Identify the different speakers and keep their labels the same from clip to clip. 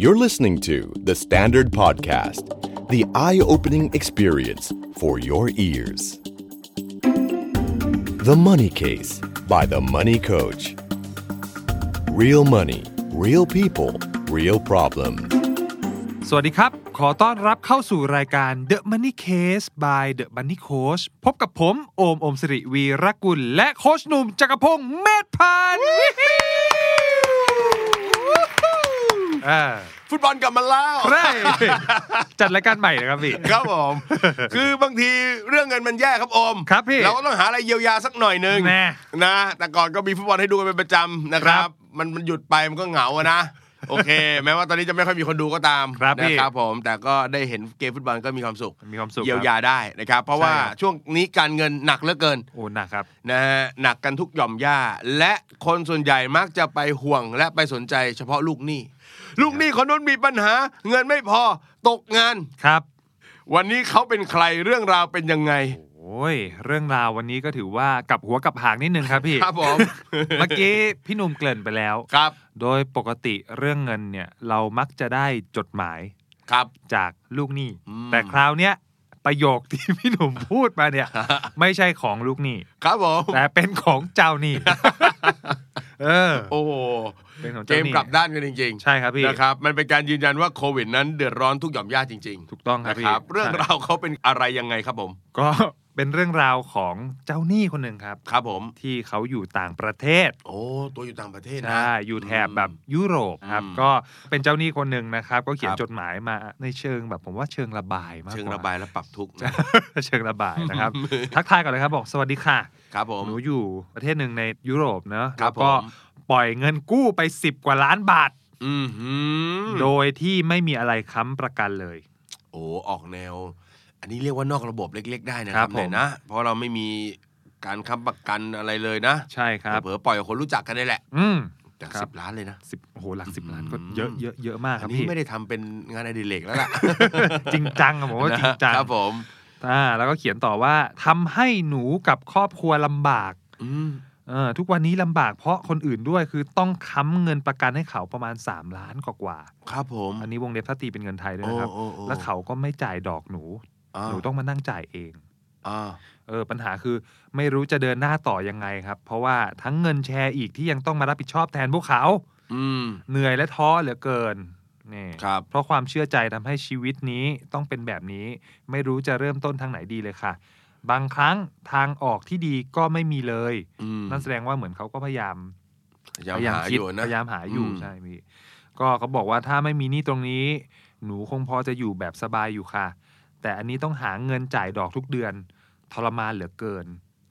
Speaker 1: You're listening to The Standard Podcast, the eye opening experience for your ears. The Money Case by The Money Coach. Real money, real people, real problem.
Speaker 2: สวัสดีครับ ขอต้อนรับเข้าสู่รายการ The Money Case by The Money Coach พบกับผม โอม โอมสิริวีรกุล และโคชหนุ่มจักรพงษ์เมธพันธ์อ่า
Speaker 3: ฟุตบอลกลับมาแล้ว
Speaker 2: ใช่จัดรายการใหม่นะครับพี่
Speaker 3: ครับผม คือบางทีเรื่องเงินมันแย่ครับอม
Speaker 2: ครับพี่
Speaker 3: เราก็ต้องหาอะไรเยียวยาสักหน่อยหนึง
Speaker 2: แน่
Speaker 3: นะแต่ก่อนก็มีฟุตบอลให้ดูกันเป็นประจำนะครั
Speaker 2: ครับ บ
Speaker 3: มันมันหยุดไปมันก็เหงาอะนะโอเค แม้ว่าตอนนี้จะไม่ค่อยมีคนดูก็ตาม
Speaker 2: ครับพี่
Speaker 3: นะครับผมแต่ก็ได้เห็นเกมฟุตบอลก็มีความสุข
Speaker 2: มีความสุขครับ
Speaker 3: เยียวยาได้นะครับ เพราะว่า
Speaker 2: ใช่ครับ
Speaker 3: ช่วงนี้การเงินหนักเหลือเกิน
Speaker 2: โอ้หนักครับ
Speaker 3: นะฮะหนักกันทุกหย่อมย่า และคนส่วนใหญ่มักจะไปห่วงและไปสนใจ เฉพาะลูกหนี้ ลูกหนี้คนนู้นมีปัญหา เงินไม่พอตกงาน
Speaker 2: ครับ
Speaker 3: วันนี้เขาเป็นใครเรื่องราวเป็นยังไง
Speaker 2: โอ้ย เรื่องราววันนี้ก็ถือว่ากลับหัวกลับหางนิดนึงครับพี่
Speaker 3: ครับผม
Speaker 2: เมื่อกี้พี่หนุ่มเกริ่นไปแล้ว
Speaker 3: ครับ
Speaker 2: โดยปกติเรื่องเงินเนี่ยเรามักจะได้จดหมาย
Speaker 3: ครับ
Speaker 2: จากลูกหนี้
Speaker 3: อืม
Speaker 2: แต่คราวเนี้ยประโยคที่พี่หนุ่มพูดมาเนี่ย ไม่ใช่ของลูกหนี้
Speaker 3: ครับผม
Speaker 2: แต่เป็นของเจ้าหนี้ เออ
Speaker 3: โอ้โห
Speaker 2: เป็นของ
Speaker 3: เก
Speaker 2: เจ้าม หนี้
Speaker 3: กลับด้านกันจริง
Speaker 2: ใช่ครับพี่
Speaker 3: ๆนะครับมันเป็นการยืนยันว่าโควิดนั้นเดือดร้อนทุกหย่อมย่าจริง
Speaker 2: ถูกต้อง
Speaker 3: ๆ
Speaker 2: ครับ
Speaker 3: นะ
Speaker 2: พี่
Speaker 3: ครับเรื่อง
Speaker 2: ใช่
Speaker 3: ราวเขาเป็นอะไรยังไงครับผม
Speaker 2: ก็ เป็นเรื่องราวของเจ้าหนี้คนหนึ่งครับ
Speaker 3: ครับผม
Speaker 2: ที่เขาอยู่ต่างประเทศ
Speaker 3: โอ้ตัวอยู่ต่างประเทศนะ
Speaker 2: ใช่อยู่แถบแบบยุโรปครับ
Speaker 3: อืม
Speaker 2: ก็เป็นเจ้าหนี้คนหนึ่งนะครับ ก็เขียน
Speaker 3: ครับ
Speaker 2: จดหมายมาในเชิงแบบผมว่าเชิงระบายมากกว่า
Speaker 3: เชิงระบายและปรับทุกข์นะ
Speaker 2: เชิงระบายนะครับ ทักทายก่อนเลยครับบอกสวัสดีค่ะ
Speaker 3: ครับผม
Speaker 2: หนูอยู่ประเทศหนึ่งในยุโรปเนอะ
Speaker 3: ครั
Speaker 2: แล้
Speaker 3: บ
Speaker 2: วก็
Speaker 3: ผม
Speaker 2: ปล่อยเงินกู้ไป 10 กว่าล้านบาท
Speaker 3: อือหือ
Speaker 2: โดยที่ไม่มีอะไรค้ำประกันเลย
Speaker 3: โอ้ออกแนว อันนี้เรียกว่านอกระบบเล็ก ๆ ได้นะค
Speaker 2: ครั
Speaker 3: รั
Speaker 2: บบ ผม
Speaker 3: เนี่ยนะ เพราะเราไม่มีการค้ำประกันอะไรเลยนะ
Speaker 2: ใช่ครับ
Speaker 3: เผลอๆปล่อยกับคนรู้จักกันได้แหละ
Speaker 2: อืม
Speaker 3: แต่
Speaker 2: ครั
Speaker 3: สิ
Speaker 2: บ
Speaker 3: บล้านเลยนะ
Speaker 2: สิบโอ้โหหลักสิบ
Speaker 3: อืม
Speaker 2: ล้านก็เยอะเยอะเยอะมากค
Speaker 3: อั
Speaker 2: รับ
Speaker 3: นนี้
Speaker 2: พี่
Speaker 3: ไม่ได้ทำเป็นงานอดิเรกแล้วล่ะ
Speaker 2: จริงจังอะผมว่าจริงจัง
Speaker 3: ครับผม
Speaker 2: อ่าแล้วก็เขียนต่อว่าทำให้หนูกับครอบครัวลำบาก
Speaker 3: อืม
Speaker 2: เออทุกวันนี้ลำบากเพราะคนอื่นด้วยคือต้องค้ำเงินประกันให้เขาประมาณ 3 ล้านกว่า
Speaker 3: ครับผม
Speaker 2: ๆอันนี้วงเล็บถ้าตีเป็นเงินไทยด้วยนะค
Speaker 3: โอ้
Speaker 2: รับ
Speaker 3: โอ้โอ้
Speaker 2: แล้วเขาก็ไม่จ่ายดอกหนู
Speaker 3: อ่า
Speaker 2: หนูต้องมานั่งจ่ายเอง
Speaker 3: อ่า
Speaker 2: เออปัญหาคือไม่รู้จะเดินหน้าต่อยังไงครับ เพราะว่าทั้งเงินแชร์อีกที่ยังต้องมารับผิดชอบแทนพวกเขา
Speaker 3: อืม
Speaker 2: เหนื่อยและท้อเหลือเกินนี่
Speaker 3: ครับ
Speaker 2: เพราะความเชื่อใจทำให้ชีวิตนี้ต้องเป็นแบบนี้ ไม่รู้จะเริ่มต้นทางไหนดีเลยค่ะ บางครั้งทางออกที่ดีก็ไม่มีเลย
Speaker 3: อืม
Speaker 2: นั่นแสดงว่าเหมือนเขาก็พยายาม
Speaker 3: พยายามหา
Speaker 2: คิด
Speaker 3: อยู่นะ
Speaker 2: พยายามหาอยู่
Speaker 3: อืม
Speaker 2: ใช่พี่ก็เขาบอกว่าถ้าไม่มีหนี้ตรงนี้ หนูคงพอจะอยู่แบบสบายอยู่ค่ะ แต่อันนี้ต้องหาเงินจ่ายดอกทุกเดือน ทรมานเหลือเกิน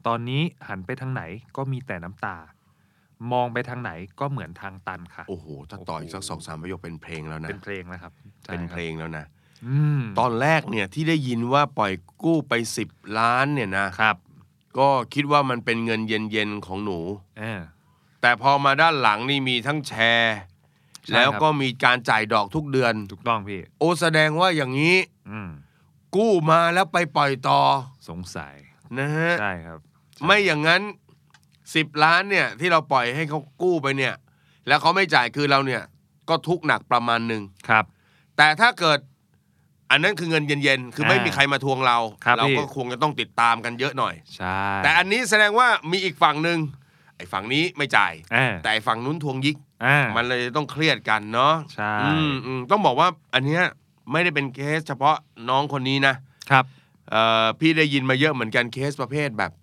Speaker 2: ตอนนี้หันไปทางไหนก็มีแต่น้ำตา มองไปทางไหนก็เหมือนทางตันค่ะ
Speaker 3: โอ้โหถ้าต่ออีกสักสองสามประโยคเป็นเพลงแล้วนะ
Speaker 2: เป็นเพลงนะครับใช่
Speaker 3: เป็น
Speaker 2: ค
Speaker 3: เพ
Speaker 2: รับ
Speaker 3: ลงแล้วนะ
Speaker 2: อืม
Speaker 3: ตอนแรกเนี่ยที่ได้ยินว่าปล่อยกู้ไปสิบล้านเนี่ยนะครับก็คิดว่ามันเป็นเงินเย็นๆของหนู
Speaker 2: เออ
Speaker 3: แต่พอมาด้านหลังนี่มีทั้งแชร์
Speaker 2: ใช่ครับ
Speaker 3: แล้วก็มีการจ่ายดอกทุกเดือน
Speaker 2: ถูกต้องพี่
Speaker 3: โอแสดงว่าอย่างนี้
Speaker 2: อืม
Speaker 3: กู้มาแล้วไปปล่อยต่อ
Speaker 2: สงสัย
Speaker 3: นะฮะ
Speaker 2: ใช่ครับ
Speaker 3: ไม่อย่างนั้นสิบล้านเนี่ยที่เราปล่อยให้เขากู้ไปเนี่ย แล้วเขาไม่จ่ายคือเราเนี่ย ก็ทุกข์หนักประมาณหนึ่ง
Speaker 2: ครับ
Speaker 3: แต่ถ้าเกิด อันนั้นคือเงินเย็นๆคือไม่
Speaker 2: อ่ามี
Speaker 3: มีใครมาทวงเรา
Speaker 2: ครับ
Speaker 3: เราก็
Speaker 2: พี่
Speaker 3: คงจะต้องติดตามกันเยอะหน่อย
Speaker 2: ใช่
Speaker 3: แต่อันนี้แสดงว่ามีอีกฝั่งหนึ่งไอ้ฝั่งนี้ไม่จ่าย
Speaker 2: อ่า
Speaker 3: แต่ไอ้ฝั่งนู้นทวงยิก
Speaker 2: อ่า
Speaker 3: มันเลยต้องเครียดกันเนาะ
Speaker 2: ใช่
Speaker 3: อืมอืมต้องบอกว่าอันเนี้ยไม่ได้เป็นเคสเฉพาะน้องคนนี้นะ
Speaker 2: ครับ
Speaker 3: เอ่อพี่ได้ยินมาเยอะเหมือนกันเคสประเภทแบบ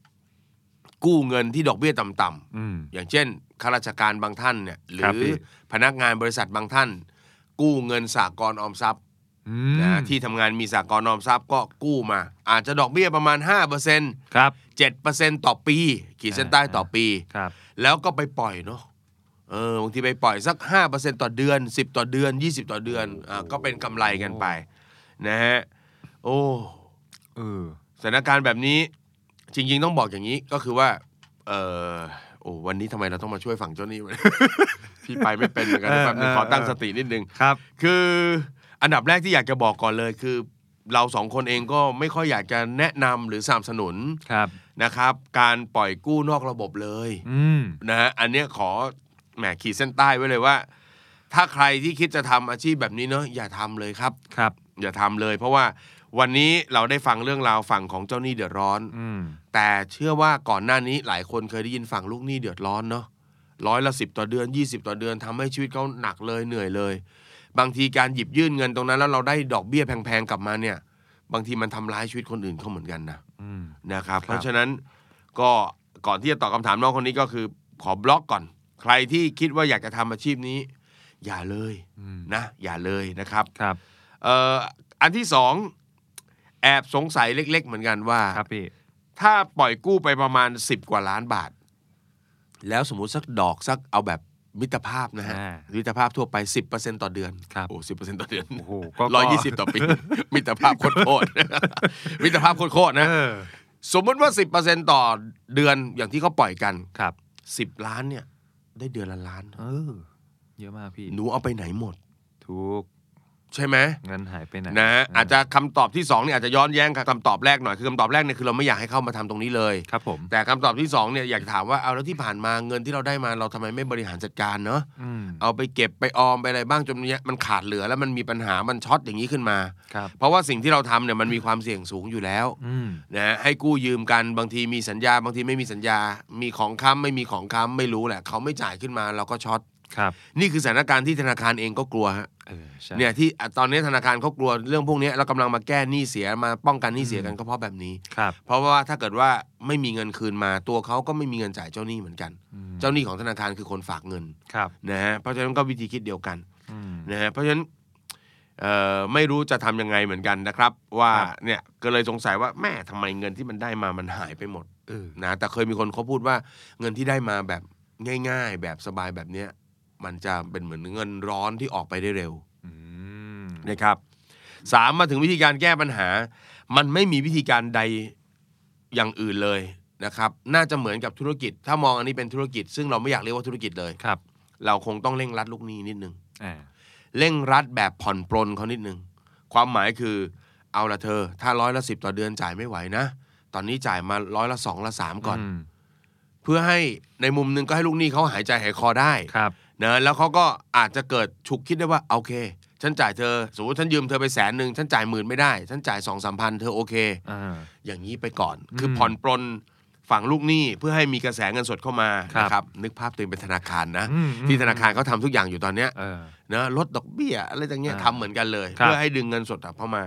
Speaker 3: กู้เงินที่ดอกเบี้ยต่ำ
Speaker 2: อืม
Speaker 3: ๆอย่างเช่นข้าราชการบางท่านเนี่ยหรื
Speaker 2: ครับ
Speaker 3: อ
Speaker 2: พี่
Speaker 3: พนักงานบริษัทบางท่าน กู้เงินสากลออมทรัพย์
Speaker 2: อืม
Speaker 3: นะที่ทำงานมีสากลออมทรัพย์ก็กู้มา อาจจะดอกเบี้ยประมาณ 5%
Speaker 2: ครับ
Speaker 3: 7%ต่อปี ขีดเส้นใต้ต่อปี
Speaker 2: ครับ
Speaker 3: แล้วก็ไปปล่อยเนาะเออบางทีไปปล่อยสัก 5%ต่อเดือน 10 ต่อเดือน 20 ต่อเดือนอ่าก็เป็นกำไรกันไปนะฮะโอ้
Speaker 2: เออ
Speaker 3: สถานการณ์แบบนี้จริง ๆ ต้องบอกอย่างนี้ก็คือว่า เออโอ้วันนี้ทำไมเราต้องมาช่วยฝั่งเจ้าหนี้วะ พี่ไปไม่เป็นเหมือนกัน
Speaker 2: เออ
Speaker 3: แป๊บนึง
Speaker 2: เออ
Speaker 3: ขอตั้งสตินิดนึง
Speaker 2: ครับ
Speaker 3: คืออันดับแรกที่อยากจะบอกก่อนเลยคือ เราสองคนเองก็ไม่ค่อยอยากจะแนะนำหรือสนับสนุน
Speaker 2: ครับ
Speaker 3: นะครับ การปล่อยกู้นอกระบบเลย
Speaker 2: อืม
Speaker 3: นะฮะอันเนี้ยขอแหมขีดเส้นใต้ไว้เลยว่า ถ้าใครที่คิดจะทำอาชีพแบบนี้เนอะอย่าทำเลยครับ
Speaker 2: ครับ
Speaker 3: อย่าทำเลย เพราะว่าวันนี้เราได้ฟังเรื่องราวฝั่งของเจ้าหนี้เดือดร้อน
Speaker 2: อืม
Speaker 3: แต่เชื่อว่าก่อนหน้านี้หลายคนเคยได้ยินฝั่งลูกหนี้เดือดร้อนเนาะร้อยละสิบต่อเดือน 20 ต่อเดือนทำให้ชีวิตเขาหนักเลยเหนื่อยเลย บางทีการหยิบยื่นเงินตรงนั้นแล้วเราได้ดอกเบี้ยแพงๆกลับมาเนี่ย บางทีมันทำร้ายชีวิตคนอื่นเขาเหมือนกันนะ
Speaker 2: อืม
Speaker 3: นะครับ
Speaker 2: ครับ
Speaker 3: เพราะฉะนั้นก็ก่อนที่จะตอบคำถามน้องคนนี้ก็คือขอบล็อกก่อน ใครที่คิดว่าอยากจะทำอาชีพนี้ อย่าเลย
Speaker 2: อืม
Speaker 3: นะ อย่าเลยนะครับ
Speaker 2: ครับ
Speaker 3: เอ่ออันที่สองแอบสงสัยเล็ก ๆ เหมือนกันว่า
Speaker 2: ครับพี่
Speaker 3: ถ้าปล่อยกู้ไปประมาณ 10 กว่าล้านบาท แล้วสมมติสักดอกสักเอาแบบมิตรภาพนะฮะ
Speaker 2: อ่า
Speaker 3: มิตรภาพทั่วไป 10%ต่อเดือน
Speaker 2: ครับ
Speaker 3: โอ้สิต่อเดือน
Speaker 2: โอ้โห
Speaker 3: ร้อยยี่สิบต่อปี มิตรภาพโคตรๆ มิตรภาพโคตรๆนะ
Speaker 2: เออ
Speaker 3: สมมติว่า 10%ต่อเดือนอย่างที่เขาปล่อยกัน
Speaker 2: ครับ
Speaker 3: 10 ล้านเนี่ย ได้เดือนละล้าน
Speaker 2: เออเยอะมากพี่
Speaker 3: หนูเอาไปไหนหมด
Speaker 2: ถูก
Speaker 3: ใช่ไหม
Speaker 2: เงินหายไปไหน
Speaker 3: นะฮะ
Speaker 2: เอา
Speaker 3: จจะคำตอบที่2เนี่ยอาจจะย้อนแย้งกับคำตอบแรกหน่อยคือคำตอบแรกเนี่ยคือเราไม่อยากให้เข้ามาทำตรงนี้เลย
Speaker 2: ครับผม
Speaker 3: แต่คำตอบที่2เนี่ยอยากถามว่าเอาแล้วที่ผ่านมาเงินที่เราได้มาเราทำไมไม่บริหารจัดการเนาะ
Speaker 2: อืม
Speaker 3: เอาไปเก็บไปออมไปอะไรบ้างจนเนี่ยมันขาดเหลือแล้วมันมีปัญหามันช็อตอย่างนี้ขึ้นมา
Speaker 2: ครับ
Speaker 3: เพราะว่าสิ่งที่เราทำเนี่ยมันมีความเสี่ยงสูงอยู่แล้ว
Speaker 2: อืม
Speaker 3: นะฮะให้กู้ยืมกันบางทีมีสัญญาบางทีไม่มีสัญญา มีของค้ำไม่มีของค้ำไม่รู้แหละเขาไม่จ่ายขึ้นมาเราก็ช็อต
Speaker 2: ครับ
Speaker 3: นี่คือสถานการณ์ที่ธนาคารเองก็กลัวฮะ
Speaker 2: เออใช่
Speaker 3: เนี่ยที่อ่ะตอนนี้ธนาคารเขากลัวเรื่องพวกนี้แล้วกำลังมาแก้หนี้เสียมาป้องกันหนี้เสียกั
Speaker 2: อื
Speaker 3: น
Speaker 2: ม
Speaker 3: ก็เพราะแบบนี้
Speaker 2: ครับ
Speaker 3: เพราะว่าถ้าเกิดว่าไม่มีเงินคืนมาตัวเขาก็ไม่มีเงินจ่ายเจ้าหนี้เหมือนกัน
Speaker 2: อืม
Speaker 3: เจ้าหนี้ของธนาคารคือคนฝากเงิน
Speaker 2: ครับ
Speaker 3: นะฮะเพราะฉะนั้นก็วิธีคิดเดียวกัน
Speaker 2: อืม
Speaker 3: นะฮะเพราะฉะนั้นเอ่อไม่รู้จะทำยังไงเหมือนกันนะครับ ว่า
Speaker 2: ครับ
Speaker 3: เนี่ยก็เลยสงสัยว่าแม่ทำไมเงินที่มันได้มามันหายไปหมด
Speaker 2: เออ
Speaker 3: นะแต่เคยมีคนเขาพูดว่าเงินที่ได้มาแบบง่าย ๆ แบบสบายแบบเนี้ยมันจะเป็นเหมือนเงินร้อนที่ออกไปได้เร็ว
Speaker 2: อืม
Speaker 3: นะครับสามมาถึงวิธีการแก้ปัญหา มันไม่มีวิธีการใดอย่างอื่นเลยนะครับ น่าจะเหมือนกับธุรกิจ ถ้ามองอันนี้เป็นธุรกิจ ซึ่งเราไม่อยากเรียกว่าธุรกิจเลย
Speaker 2: ครับ
Speaker 3: เราคงต้องเร่งรัดลูกหนี้นิดนึง
Speaker 2: อ่า
Speaker 3: เร่งรัดแบบผ่อนปลนเขานิดนึงความหมายคือเอาละเธอ ถ้าร้อยละสิบต่อเดือนจ่ายไม่ไหวนะ ตอนนี้จ่ายมาร้อยละสองละสามก่อน
Speaker 2: ม
Speaker 3: เพื่อให้ในมุมหนึงก็ให้ลูกหนี้เขาหายใจหายคอได้
Speaker 2: ครับ
Speaker 3: นะแล้วเขาก็อาจจะเกิดฉุกคิดได้ว่าโอเค ฉันจ่ายเธอ สมมติฉันยืมเธอไปแสนหนึ่งฉันจ่ายหมื่นไม่ได้ ฉันจ่ายสองสามพันเธอโอเค
Speaker 2: อ่า
Speaker 3: อย่างนี้ไปก่อน
Speaker 2: อืม
Speaker 3: คือผ่อนปลนฝั่งลูกหนี้เพื่อให้มีกระแสเงินสดเข้ามา
Speaker 2: ครับ
Speaker 3: นะครับนึกภาพตัวเองเป็นธนาคารนะ
Speaker 2: อืม
Speaker 3: ที่ธนาคารเขาทำทุกอย่างอยู่ตอนเนี้ย
Speaker 2: เออ
Speaker 3: นะลดดอกเบี้ยอะไรต่างเงี้ย
Speaker 2: อ่า
Speaker 3: ทำเหมือนกันเลย
Speaker 2: ครับ
Speaker 3: เพื่อให้ดึงเงินสดกลับเข้ามา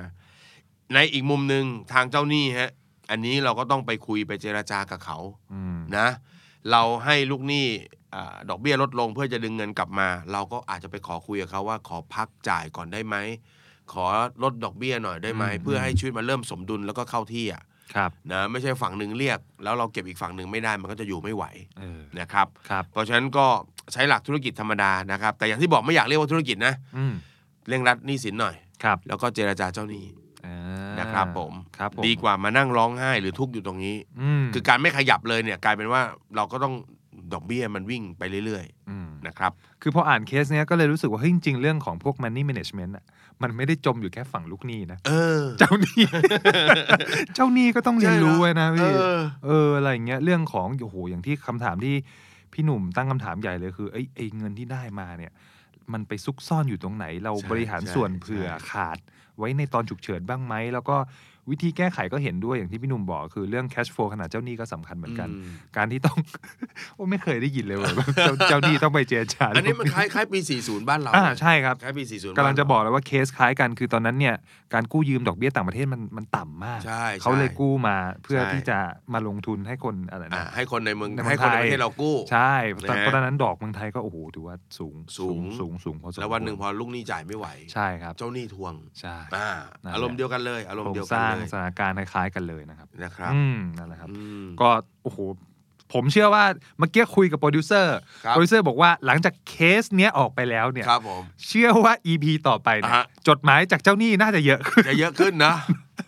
Speaker 3: ในอีกมุมหนึ่งทางเจ้าหนี้ฮะอันนี้เราก็ต้องไปคุยไปเจราจากับเขา
Speaker 2: อืม
Speaker 3: นะเราให้ลูกหนี้อ่าดอกเบี้ยลดลงเพื่อจะดึงเงินกลับมา เราก็อาจจะไปขอคุยกับเขาว่าขอพักจ่ายก่อนได้ไหม ขอลดดอกเบี้ยหน่อยได้ไหม เพื่อให้ชีวิตมันเริ่มสมดุลแล้วก็เข้าที่อะ
Speaker 2: ครับ
Speaker 3: นะไม่ใช่ฝั่งหนึ่งเรียก แล้วเราเก็บอีกฝั่งหนึ่งไม่ได้มันก็จะอยู่ไม่ไหว
Speaker 2: เออ
Speaker 3: นะครับ
Speaker 2: ครับ
Speaker 3: เพราะฉะนั้นก็ใช้หลักธุรกิจธรรมดานะครับ แต่อย่างที่บอกไม่อยากเรียกว่าธุรกิจนะ
Speaker 2: อืม
Speaker 3: เร่งรัดหนี้สินหน่อย
Speaker 2: ครับ
Speaker 3: แล้วก็เจราจาเจ้าหนี้
Speaker 2: อ่า
Speaker 3: นะครับ ผม
Speaker 2: ครับผม
Speaker 3: ดีกว่ามานั่งร้องไห้หรือทุกข์อยู่ตรงนี้
Speaker 2: อืม
Speaker 3: คือการไม่ขยับเลยเนี่ยกลายเป็นว่าเราก็ต้องดอกเบี้ยมันวิ่งไปเรื่อย
Speaker 2: อืม
Speaker 3: ๆนะครับ
Speaker 2: คือพออ่านเคสเนี้ยก็เลยรู้สึกว่าเฮ้ยจริงๆ เรื่องของพวก money management อ่ะมันไม่ได้จมอยู่แค่ฝั่งลูกหนี้นะ
Speaker 3: เออ
Speaker 2: เจ้าหนี้ เจ้าหนี้ก็ต้องเรียนรู้ไว้นะ
Speaker 3: เอ
Speaker 2: พี่
Speaker 3: อ
Speaker 2: เอออะไรอย่างเงี้ยเรื่องของโอ้โหอย่างที่คำถามที่พี่หนุ่มตั้งคำถามใหญ่เลยคือไอ้ยไอ้เงินที่ได้มาเนี่ย มันไปซุกซ่อนอยู่ตรงไหน เรา
Speaker 3: ใช่
Speaker 2: บริหาร
Speaker 3: ใช่
Speaker 2: ส่วนเผื่อ
Speaker 3: ใช่
Speaker 2: ขาด ไว้ในตอนฉุกเฉินบ้างไหมแล้วก็วิธีแก้ไขก็เห็นด้วยอย่างที่พี่หนุ่มบอกคือเรื่อง cash flow ขนาดเจ้าหนี้ก็สำคัญเหมือนกัน
Speaker 3: ม
Speaker 2: การที่ต้อง โอ้ไม่เคยได้ยินเลยว่าเจ้าเจ้าหนี้ต้องไปเจรจา
Speaker 3: อันนี้มันคล้ายคล้ายปี 40 บ้านเรา
Speaker 2: อ่าใช่ครับ
Speaker 3: คล้ายปี 40
Speaker 2: กำลังจะ
Speaker 3: นเรา
Speaker 2: บอกเลยว่าเคสคล้ายกันคือตอนนั้นเนี่ยการกู้ยืมดอกเบี้ยต่างประเทศมันมันต่ำมาก
Speaker 3: ใช่ใช่
Speaker 2: เขาเลยกู้มาเพื่อ
Speaker 3: ใช่
Speaker 2: ที่จะมาลงทุนให้คนอะไร
Speaker 3: อ่า
Speaker 2: นะ
Speaker 3: ให้คนในเมือง
Speaker 2: ในเมือง
Speaker 3: ให้คนใน
Speaker 2: ไทย
Speaker 3: ประเทศเรากู้
Speaker 2: ใช่ตอน
Speaker 3: นะฮะ
Speaker 2: ตอนนั้นดอกเมืองไทยก็โอ้โหถือว่าสูง
Speaker 3: สูง
Speaker 2: สูงสูงพอสมควร
Speaker 3: แล้ววันหนึ่งพอลูกหนี้จ่ายไม่ไหว
Speaker 2: ใช่ครับ
Speaker 3: เจ้าหนี้ทวง
Speaker 2: ใช่
Speaker 3: อ่า
Speaker 2: นั่นแหละ
Speaker 3: อารมณ์เดียวกันเลย อารม
Speaker 2: โคร
Speaker 3: ณ์เดียว
Speaker 2: งสร้าง
Speaker 3: กันเลย
Speaker 2: สถานการณ์คล้ายๆกันเลยนะครับ
Speaker 3: นะครับ
Speaker 2: อืมนั่นแหละครับ
Speaker 3: อืม
Speaker 2: ก็โอ้โหผมเชื่อว่าเมื่อกี้คุยกับโปรดิวเซอร์
Speaker 3: ครับ
Speaker 2: โปรดิวเซอร์บอกว่าหลังจากเคสเนี้ยออกไปแล้วเนี่ย
Speaker 3: ครับผม
Speaker 2: เชื่อว่า EP ต่อไปเนย
Speaker 3: อ่าฮะ
Speaker 2: จดหมายจากเจ้าหนี้น่าจะเย อะขึ้น
Speaker 3: จะเยอะขึ้น นะ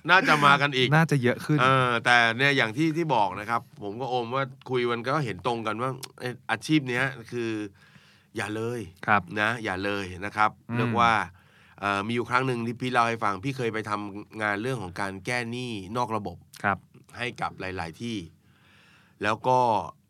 Speaker 3: น่าจะมากันอีก
Speaker 2: น่าจะเยอะขึ้น
Speaker 3: เออแต่เนี่ยอย่างที่ที่บอกนะครับ ผมก็โอมว่าคุยมันก็เห็นตรงกันว่าเอ้ยอาชีพเนี้ยคือ อย่าเลย
Speaker 2: ครับ
Speaker 3: นะ อย่าเลยนะครับ
Speaker 2: อืม
Speaker 3: เรียกว่าเอ่อมีอยู่ครั้งหนึ่งที่พี่เล่าให้ฟัง พี่เคยไปทำงานเรื่องของการแก้หนี้นอกระบบ
Speaker 2: ครับ
Speaker 3: ให้กับหลาย ๆ ที่ แล้วก็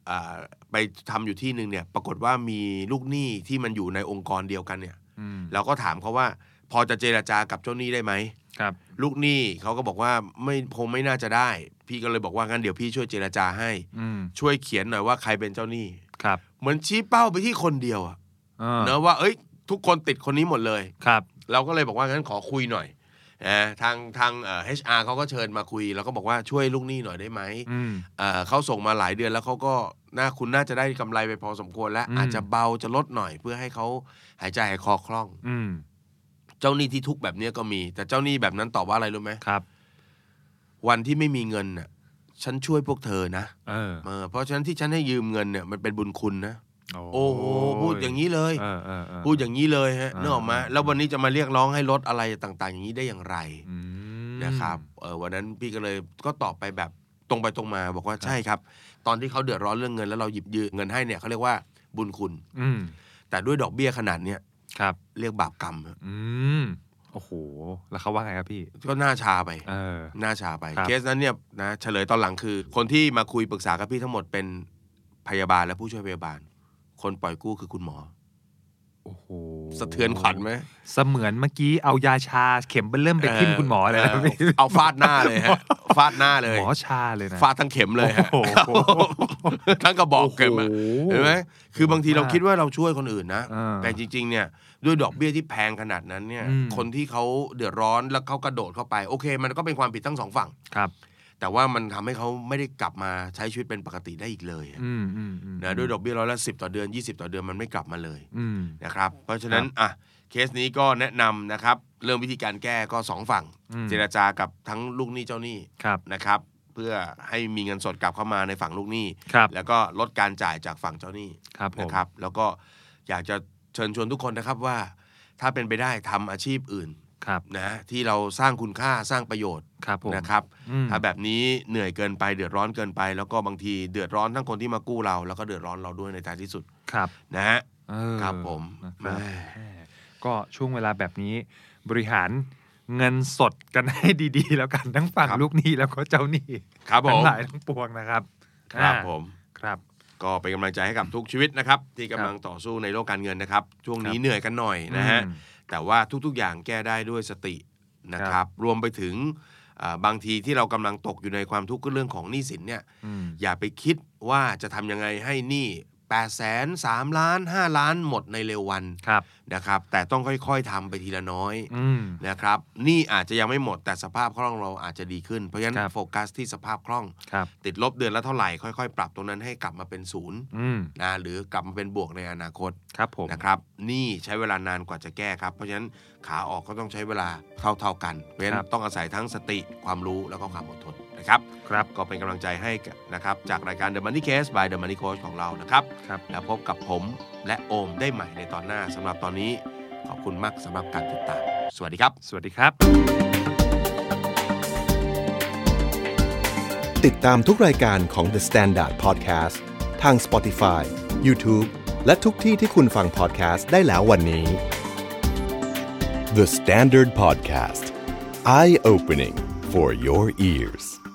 Speaker 3: อ่าไปทำอยู่ที่หนึ่งเนี่ย ปรากฏว่ามีลูกหนี้ที่มันอยู่ในองค์กรเดียวกันเนี่ย
Speaker 2: อืม
Speaker 3: เราก็ถามเขาว่า พอจะเจราจากับเจ้าหนี้ได้ไหม
Speaker 2: ครับ
Speaker 3: ลูกหนี้เขาก็บอกว่าไม่คงไม่น่าจะได้ พี่ก็เลยบอกว่างั้นเดี๋ยวพี่ช่วยเจราจาให้
Speaker 2: อืม
Speaker 3: ช่วยเขียนหน่อยว่าใครเป็นเจ้าหนี้
Speaker 2: ครับ
Speaker 3: เหมือนชี้เป้าไปที่คนเดียวอะ
Speaker 2: เออ
Speaker 3: เนอะว่าเอ้ย ทุกคนติดคนนี้หมดเลย
Speaker 2: ครับ
Speaker 3: เราก็เลยบอกว่างั้นขอคุยหน่อยนะทางทางเอ่อ HR เขาก็เชิญมาคุย แล้วก็บอกว่าช่วยลูกหนี้หน่อยได้ไหม
Speaker 2: อืม
Speaker 3: เอ่อเขาส่งมาหลายเดือนแล้วเขาก็น่าคุณน่าจะได้กำไรไปพอสมควรแล้ว
Speaker 2: อืม
Speaker 3: อาจจะเบาจะลดหน่อยเพื่อให้เขาหายใจหายคอคล่อง
Speaker 2: อืม
Speaker 3: เจ้าหนี้ที่ทุกข์แบบเนี้ยก็มี แต่เจ้าหนี้แบบนั้นตอบว่าอะไรรู้ไหม
Speaker 2: ครับ
Speaker 3: วันที่ไม่มีเงินน่ะฉันช่วยพวกเธอนะ
Speaker 2: เออ
Speaker 3: เออเพราะฉะนั้นที่ฉันให้ยืมเงินเนี่ยมันเป็นบุญคุณนะโอ้
Speaker 2: โอ้
Speaker 3: โหพูดอย่างนี้เลย
Speaker 2: เออเออเออ
Speaker 3: พูดอย่างนี้เลยฮะ
Speaker 2: อ่านึ
Speaker 3: นึกออกไหม
Speaker 2: อ่า
Speaker 3: แล้ววันนี้จะมาเรียกร้องให้ลดอะไรต่างๆ อย่างนี้ได้อย่างไร
Speaker 2: อืม
Speaker 3: นะครับเออวันนั้นพี่ก็เลยก็ตอบไปแบบตรงไปตรงมาบอกว่า
Speaker 2: ครับ
Speaker 3: ใช่ครับ ตอนที่เขาเดือดร้อนเรื่องเงินแล้วเราหยิบยืมเงินให้เนี่ยเขาเรียกว่าบุญคุณ
Speaker 2: อืม
Speaker 3: แต่ด้วยดอกเบี้ยขนาดเนี้ย
Speaker 2: ครับ
Speaker 3: เรียกบาปกรรมฮะ
Speaker 2: อืมโอ้โห แล้วเขาว่าไงครับพี่
Speaker 3: ก็น่าชาไป
Speaker 2: เออ
Speaker 3: น่าชาไป
Speaker 2: ครับ
Speaker 3: เคสนั้นเนี่ยนะเฉลยตอนหลังคือ คนที่มาคุยปรึกษากับพี่ทั้งหมดเป็นพยาบาลและผู้ช่วยพยาบาล คนปล่อยกู้คือคุณหมอ
Speaker 2: โอ้โห
Speaker 3: สะเทือนขวัญไหม
Speaker 2: เสมือนเมื่อกี้เอายาชาเข็มไปเริ่มไปทิ่มคุณหมอเลยนะ
Speaker 3: ออ
Speaker 2: พี่
Speaker 3: เอาฟาดหน้าเลยฮะฟาดหน้าเลย
Speaker 2: หมอชาเลยนะ
Speaker 3: ฟาดทั้งเข็มเลยฮะ
Speaker 2: โอ้โห
Speaker 3: ทั้งกระบอกเข็มอะ เห็นไหมคือบางทีเราคิดว่าเราช่วยคนอื่นนะ
Speaker 2: อ่า
Speaker 3: แต่จริงๆ เนี่ย ด้วยดอกเบี้ยที่แพงขนาดนั้นเนี่ย
Speaker 2: อืม
Speaker 3: คนที่เขาเดือดร้อนแล้วเขากระโดดเข้าไป โอเค มันก็เป็นความผิดทั้งสองฝั่ง
Speaker 2: ครับ
Speaker 3: แต่ว่ามันทำให้เขาไม่ได้กลับมาใช้ชีวิตเป็นปกติได้อีกเลย
Speaker 2: อืมอืมอืม
Speaker 3: นะ ด้วยดอกเบี้ยร้อยละสิต่อเดือน 20 ต่อเดือนมันไม่กลับมาเลย
Speaker 2: อืม
Speaker 3: นะครับ เพราะฉะนั้น อ่ะ เคสนี้ก็แนะนำนะครับ เรื่องวิธีการแก้ก็สองฝั่ง
Speaker 2: อืม
Speaker 3: เจรจากับทั้งลูกหนี้เจ้าหนี้
Speaker 2: ครับ
Speaker 3: นะครับ เพื่อให้มีเงินสดกลับเข้ามาในฝั่งลูกหนี้
Speaker 2: ครับ
Speaker 3: แล้วก็ลดการจ่ายจากฝั่งเจ้าหนี้
Speaker 2: ครับผม
Speaker 3: นะครับแล้วก็อยากจะเชิญชวนทุกคนนะครับว่า ถ้าเป็นไปได้ทำอาชีพอื่น
Speaker 2: ครับ
Speaker 3: นะที่เราสร้างคุณค่าสร้างประโยชน์
Speaker 2: ครับผม
Speaker 3: นะครับ
Speaker 2: อืม
Speaker 3: ถ้าแบบนี้เหนื่อยเกินไปเดือดร้อนเกินไป แล้วก็บางทีเดือดร้อนทั้งคนที่มากู้เรา แล้วก็เดือดร้อนเราด้วยในท้ายที่สุด
Speaker 2: ครับ
Speaker 3: นะฮะ
Speaker 2: เออ
Speaker 3: ครับผม
Speaker 2: นะครับ
Speaker 3: แม่
Speaker 2: ก็ช่วงเวลาแบบนี้ บริหารเงินสดกันให้ดีๆ แล้วกันทั้งฝั่ง
Speaker 3: ครับ
Speaker 2: ลูกหนี้แล้วก็เจ้าหนี้
Speaker 3: ครับผ
Speaker 2: ทั้
Speaker 3: ม
Speaker 2: งหลายทั้งปวงนะครับ
Speaker 3: ครับ
Speaker 2: อ่า
Speaker 3: ผม
Speaker 2: ครับ
Speaker 3: ก็เป็นกำลังใจให้กับทุกชีวิตนะครับ ที่กำลังต่อสู้ในโลกการเงินนะครับ ช่วงนี้
Speaker 2: ครับ
Speaker 3: เหนื่อยกันหน่อยนะฮะ
Speaker 2: อืม
Speaker 3: แต่ว่าทุกๆอย่างแก้ได้ด้วยสตินะค
Speaker 2: ครั
Speaker 3: รับ บ รวมไปถึงอ่าบางทีที่เรากำลังตกอยู่ในความทุกข์ก็เรื่องของหนี้สินเนี่ย
Speaker 2: อืม
Speaker 3: อย่าไปคิดว่าจะทำยังไงให้หนี้8ปดแสนสามล้าน 5 ล้านหมดในเร็ววัน
Speaker 2: ครับ
Speaker 3: นะครับ แต่ต้องค่อยๆทำไปทีละน้อย
Speaker 2: อืม
Speaker 3: นะครับหนี้อาจจะยังไม่หมดแต่สภาพคล่องเราอาจจะดีขึ้น เพราะฉะนั้น
Speaker 2: ครับ
Speaker 3: โฟกัสที่สภาพคล่อง
Speaker 2: ครับ
Speaker 3: ติดลบเดือนละเท่าไหร่ค่อยๆ ปรับตรงนั้นให้กลับมาเป็นศูนย์
Speaker 2: อืม
Speaker 3: นะหรือกลับมาเป็นบวกในอนาคต
Speaker 2: ครับผม
Speaker 3: นะครับหนี่ใช้เวลานานกว่าจะแก้ครับ เพราะฉะนั้นขาออกก็ต้องใช้เวลาเท่าๆกันเพราะฉะนั้
Speaker 2: ครั
Speaker 3: น
Speaker 2: บ
Speaker 3: ต้องอาศัยทั้งสติความรู้แล้วก็ความอดทนนะครับ
Speaker 2: ครับ
Speaker 3: ก็เป็นกำลังใจให้กับนะครับ จากรายการ The Money Case by The Money Coach ของเรานะครับ
Speaker 2: ครับ
Speaker 3: แล้วพบกับผมและโอมได้ใหม่ในตอนหน้าสำหรับตอนนี้ ขอบคุณมากสำหรับการติดตาม สวัสดีครับ
Speaker 2: สวัสดีครับ
Speaker 1: ติดตามทุกรายการของ The Standard Podcast ทาง Spotify, YouTube และทุกที่ที่คุณฟัง podcast ได้แล้ววันนี้ The Standard Podcast Eye Opening for Your Ears